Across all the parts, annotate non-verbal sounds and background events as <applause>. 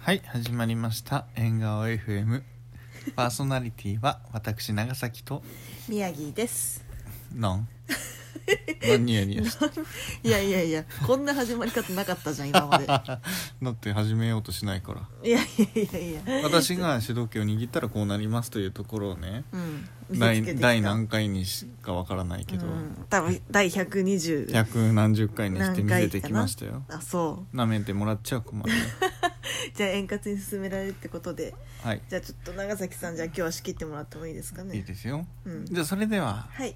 はい始まりました縁側 FM パーソナリティは私長崎と宮城ですの <laughs> んのんにやにやしいやいやいやこんな始まり方なかったじ <laughs> ゃん今までただって始めようとしないからいやいやいやいや私が主導権を握ったらこうなりますというところをねうん見せつけてき第た第何回にしかわからないけど、うん多分第120百何十回にして何見せ回かなてきましたよあそなめてもらっちゃう困るようじゃあ円滑に進められるってことではいじゃあちょっと長崎さんじゃあ今日は仕切ってもらってもいいですかねいいですよ、うんじゃあそれでははい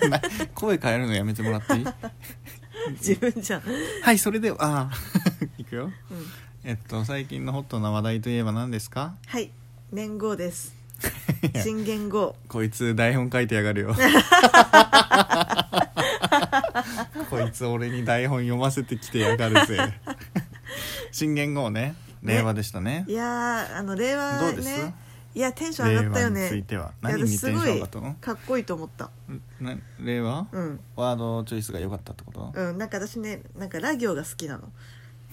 <laughs> 声変えるのやめてもらってい <laughs> い自分じゃん、うん、はいそれではあー <laughs> いくよえっと最近のホットな話題といえば何ですかはい年号ですいや新元号こいつ台本書いてやが <laughs> るよこいつ俺に台本読ませてきてやがるぜ新元号ねね令和でしたねいやーあの令和ねどうですいやテンション上令がっ和たよについねてはいや何にテン私シすョンご上いがったのかっこいいと思ったな令和、うんワードチョイスが良かったってこと、うんなんか私ねなんかラ行が好きなの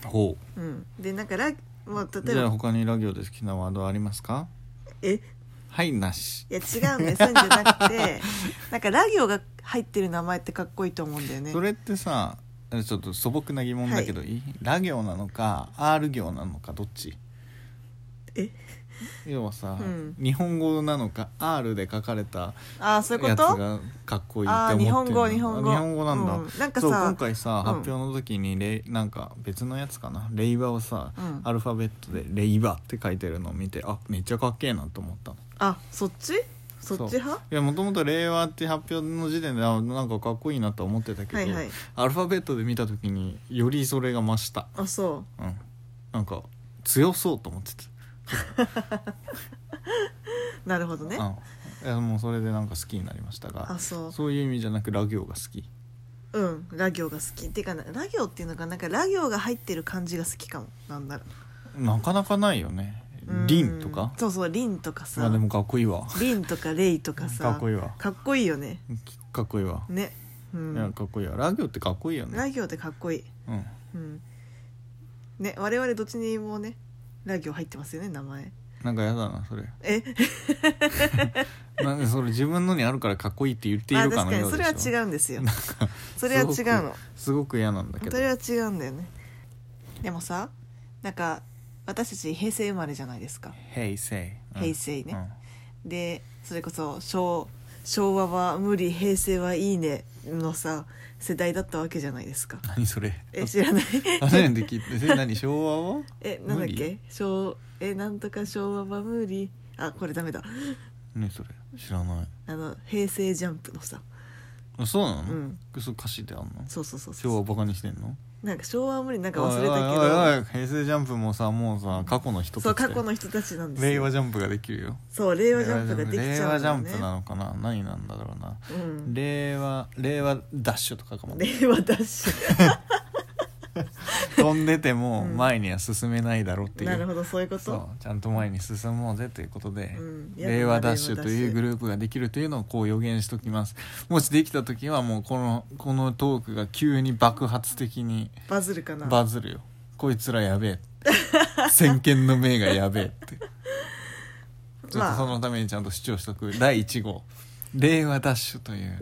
ほうんでなんかラもうう例えじゃあば他にラ行で好きなワードありますかえいはいなしや違うねそういうんじゃなく <laughs> てなんかラ行が入ってる名前ってかっこいいと思うんだよねそれってさちょっと素朴な疑問だけど、いいラ行なのか R 行なのかどっちえ要はさ、うん日本語なのか R で書かれたああそういうこやつとがかっこいいってあ思ってるー日本語日本語日本語なんだ、うんなんかそさう今回さん発表の時にレイ、なんか別のやつかな「レイバー」をさ、うんアルファベットで「レイバー」って書いてるのを見てあめっちゃかっけえなと思ったのあそっちそっち派いやもともと「令和」って発表の時点であなんかかっこいいなと思ってたけど、はいはいアルファベットで見た時によりそれが増したあそうんなんか強そうと思ってうなるほどねた、うん、いやもうそれでなんか好きになりましたがあそうそういう意味じゃなくラ行が好きうんラ行が好きっていうかなラ行っていうのがなんかラ行が入ってる感じが好きかもなんならなかなかないよねうんリンとかそうそうリンとかまあさでもかっこいいわリンとかレイとかさかっこいいわかっこいいよねかっこいいわ、ねうんいやかっこいいわラ行ってかっこいいよラね行ってかっこいいうんうんね我々どっちにもねラ行入ってますよね名前なんかやだなそれえ <laughs> なんでそれ自分のにあるからかっこいいって言っていあるかの確かにようそでしれょは違うんですよなんかそれは違うのすごくすごく嫌なんだけどそれは違うんだよねでもさなんか私たち平成生まれじゃないですか平成、うん平成ねでそれこそ昭昭和は無理平成はいいねのさ世代だったわけじゃないですかうん何それ <laughs> え知らない初めて聞いてえ何昭和は <laughs> えなんだ無っ理け昭えなんとか昭和は無理あこれダメだねそれ知らないあの平成ジャンプのさあそうなの、うんそう歌詞であんのそうそうそうそう昭和バカにしてんのなんか昭和は無理なんか忘れおいおいおたい平成ジャンプもさもうさ過去の人けどたちそだうよ過去の人たちなんですよ令和ジャンプができるよそう令和ジャンプができち令ゃう和んジだャよンねプなのかな何なんだろうな、うん令和令和ダッシュとかかも令和ダッシ飛んでてもうん前には進めないだろうってュいう、なるほどそういうこそとうちゃんと前に進もうぜということで、うん令和ダッシュというグループができるというのをこう予言しときますもしできた時はもうこのこのトークが急に爆発的にバズるかなバズるよこいつらやべえ先見の明がやべえっ <laughs> てちょっまとあそのためにちゃんと主張しとく第1号令和ダッシュという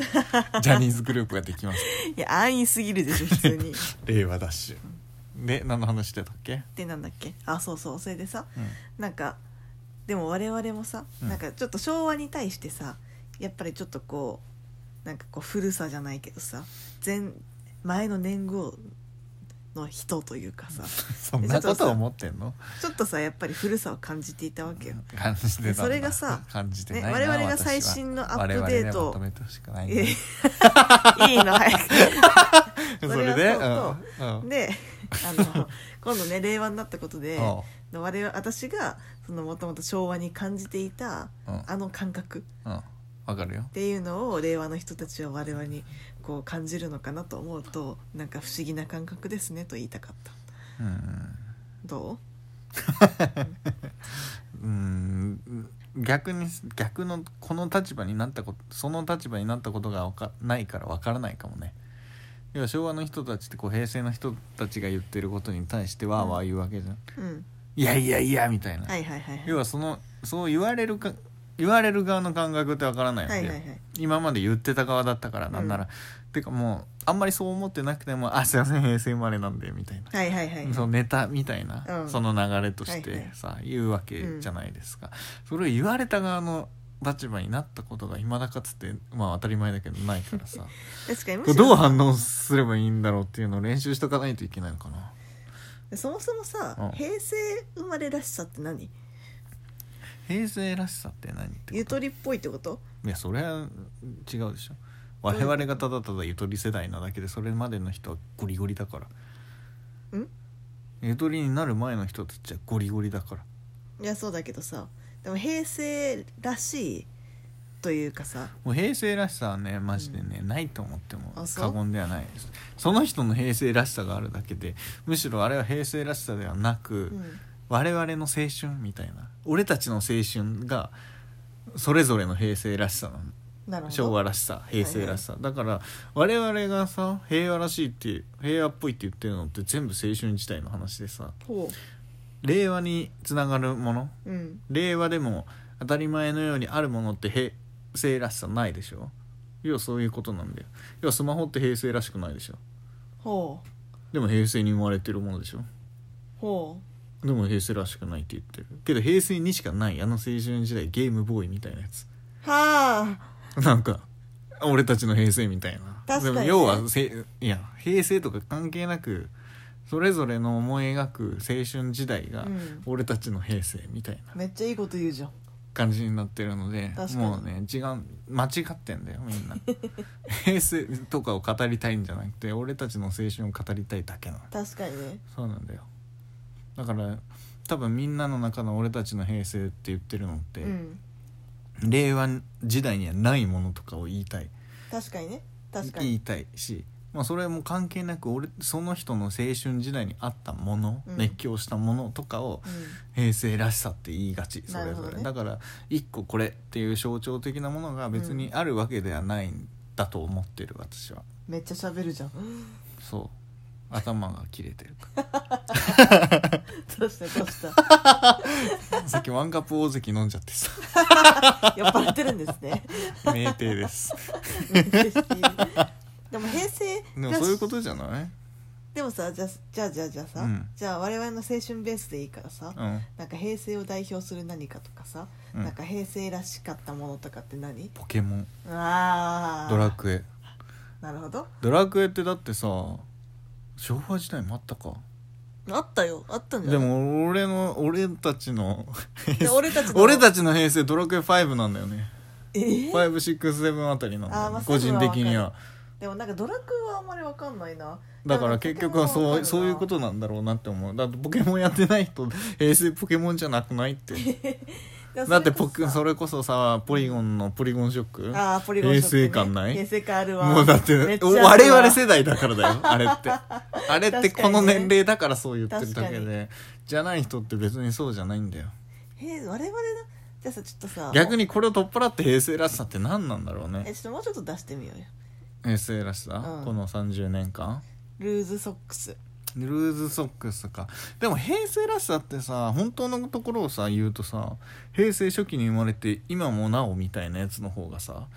ジャニーズグループができますいや安易すぎるでしょ普通に令和ダッシュで何の話してたっけ、でなんだっけあそうそうそれでさうんなんかでも我々もさ、うんなんかちょっと昭和に対してさやっぱりちょっとこうなんかこう古さじゃないけどさ前前の年号の人というかさ <laughs> そんなこと思ってんのちょっとさやっぱり古さを感じていたわけよ感じてたんだそれがさ感じてないな、ね我々が私は最新のアップデートを我々でまとめてほしくないな <laughs> えいいの早そそれれではうんうくんであの今度ね令和になったことでおう我々私がもともと昭和に感じていたうんあの感覚っうんわかるよていうのを令和の人たちは我々にこう感じるのかなと思うとなんか不思議な感覚ですねと言いたかったうんどうん逆に逆のこの立場になったことその立場になったことがわかないからわからないかもね要は昭和の人たちってこう平成の人たちが言ってることに対してわーわー言うわけじゃん、ううんいやいやいやみたいな、はいはいはいはい要はそのそう言われるか言われる側の感覚ってわからないので、はいはいはい今まで言ってた側だったからなんなら、てかもうあんまりそう思ってなくても「あすいません平成生まれなんで」みたいな、はいはいはいそのネタみたいな、うんその流れとしはいはていさ、言うわけじゃないですか、それを言われた側の立場になったことがいまだかつてまあ当たり前だけどないから <laughs> さ確かにむこれしろどう反応すればいいんだろうっていうのを練習しとかないといけないのかなそもそもさ、うん平成生まれらしさって何平成らしさって何ってことゆとりっぽいってこといやそれは違うでしょ我々がただただゆとり世代なだけでそれまでの人はゴリゴリだからんゆとりになる前の人たちはゴリゴリだからいやそうだけどさでも平成らしいというかさもう平成らしさはねマジでね、ないと思ってもあそ過う言ではないですその人の平成らしさがあるだけでむしろあれは平成らしさではなく、うん我々の青春みたいな俺たちの青春がそれぞれの平成らしさなのなるほど昭和らしさ平成らしさ、だから我々がさ平和らしいって平和っぽいって言ってるのって全部青春時代の話でさほ令和につながるものううん令和でも当たり前のようにあるものって平成らしさないでしょ要はそういうことなんだよ要はスマホって平成らしくないでしょほうでも平成に生まれてるものでしょほでも平成らしくないって言ってるけど平成にしかないあの青春時代ゲームボーイみたいなやつうはあなんか俺たちの平成みたいな確かにねでも要はせいや平成とか関係なくそれぞれの思い描く青春時代がうん俺たちの平成みたいなめっちゃいいこと言うじゃん感じになってるので確かにもうね違う間違ってんだよみんな <laughs> 平成とかを語りたいんじゃなくて俺たちの青春を語りたいだけなの確かにねそうなんだよだから多分みんなの中の俺たちの平成って言ってるのって、うん令和時代にはないものとかを言いたい確かにね確か言にいたいし、まあ、それも関係なく俺その人の青春時代にあったもの、うん熱狂したものとかを平成らしさって言いがちそれなるぞほれ、どねだから一個これっていう象徴的なものが別にあるわけではないんだと思ってる私はうんめっちゃ喋るじゃんそう頭が切れてるかどうしたどうした <laughs> らさっきワンカップ大関飲んじゃってさ酔っ払ってるんです <laughs> ね酩酊ですでも平成でもそういうこととじゃないでもさじゃあじゃあじゃあじゃあさ、うんじゃあ我々の青春ベースでいいからさ、うんなんか平成を代表する何かとかさ、うんなんか平成らしかったものとかって何ポケモンああドラクエなるほどドラクエってだってさ昭和時代もあったかあったよあったんじゃでないも俺の俺たちの <laughs> で俺たちの俺たちの平成ドラクエ5なんだよねえー567あたりなんだあーよ、まねあ、個人的にはでもなんかドラクエはあんまりわかんないなだから結局はそうそういうこととなんだろうなって思うだってポケモンやってない人平成ポケモンじゃなくないってだってポケそれこそさポリゴンのポリゴンショックああポリゴンショック平ね成感ない平成感あるわもうだっめてちゃあるわ我々世代だからだよあれ <laughs> ってあれって確かこにねの年齢だからそう言ってるだけ確かでじゃない人って別にそうじゃないんだよへー我々だじゃあさちょっとさ逆ににこれを取っ払って平成らしさって何なんだろうねえちょっともうちょっと出してみようよ平成らしさ、うんこの30年間ルーズソックスルーズソックスかでも平成らしさってさ本当のところをさ言うとさ平成初期に生まれて今もなおみたいなやつの方がさ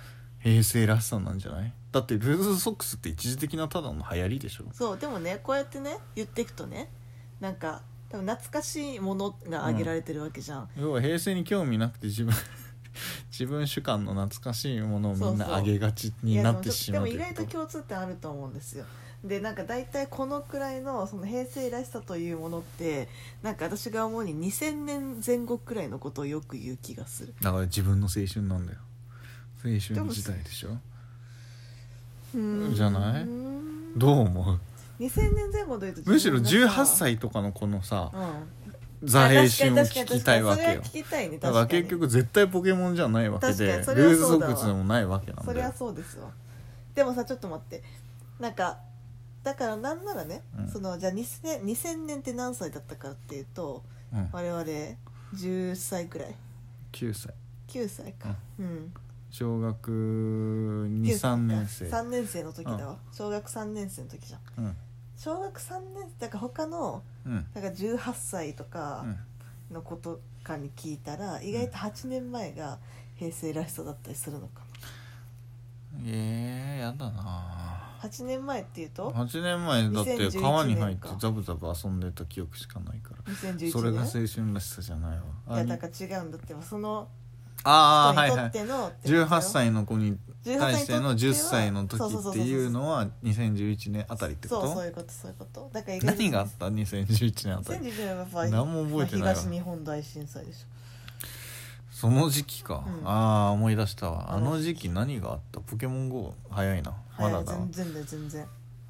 平成らしさなんじゃないだってルーズソックスって一時的なただの流行りでしょそうでもねこうやってね言っていくとねなんか多分懐かしいものが挙げられてるわけじゃん、要は平成に興味なくて自分 <laughs> 自分主観の懐かしいものをみんそうなそう上げがちいにやでなもってしまうでも意外とというこ共通点あると思うんですよでなんか大体このくらいのその平成らしさというものってなんか私が思うに2000年前後くらいのことをよく言う気がするとだから自分の青春なんだよ青で春も時代でしょうーんじゃないうーんどう思う2000年前後で言うとむしろ自分が18さ歳とかのこのさうんザ青春を聞きたいわけあ確かに確かに確かにそれはよ聞きたいねだから確かに結局絶対ポケモンじゃないわけでル確かにそれはーズそソうだわックスでもないわけなんそだりよゃそうですわでもさちょっと待ってなんかだからなんならね、うんそのじゃあ2000 2000年って何歳だったかっていうとうん我々10歳くらい9歳9歳かうん、小学23年生3年生の時だわ、小学3年生の時じゃんうん小学3年生だから他のうんだから18歳とうかんの子とかに聞いたら意外と8年前が平成らしさだったりするのかもえー、やだな8年前っていうと8年前だって川に入って2011ザブザブ遊んでた記憶しかないからそれ2011が青年春らしさじゃないわいやだから違うんだってばそのああ人はいにとはっいてのってことよ18歳の子に対しての10歳の時っていうのは2011年あたりってこそうそうということそういうことだから意外と何があった2011年あたり2011年はやっぱり何も覚えてないわまあ東日本大震災でしその時期か、うんああ思い出したわああのの時期何があったポケモン GO 早いなょまだだ全然だよ全然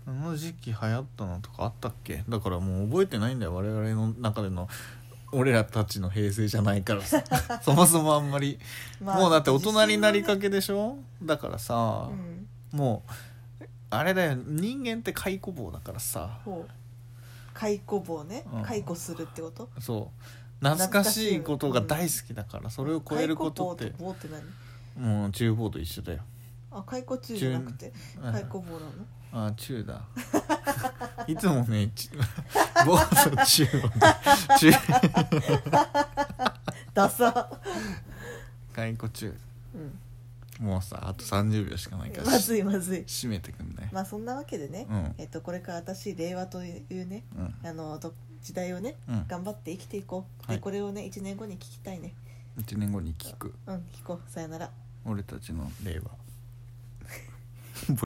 あの時期流行ったのとかあったっけだからもう覚えてないんだよ我々の中での俺らたちの平成じゃないから <laughs> さそもそもあんまり、まあもうだって大人になりか自けでしょだからさ信はねう、んもうあれだよ人間って解雇棒だからさほう解雇棒ねうん解雇するってことそう懐かしいことが大好きだからそれを超えることって解雇棒と棒ってもう中棒と一緒だよ何あ解雇中じゃなくてうん解雇棒なのあ中だ <laughs> いつもね <laughs> ち棒と中を中ダサ解雇中うんもうさあと30秒しかないからまずいまずい締めてくんね、まあそんなわけでねうんえっとこれから私令和というねうんあのと時代をねうん頑張って生きていこうはでいこれをね1年後に聞きたいね1年後に聞くうん聞こうさよなら俺たちの令和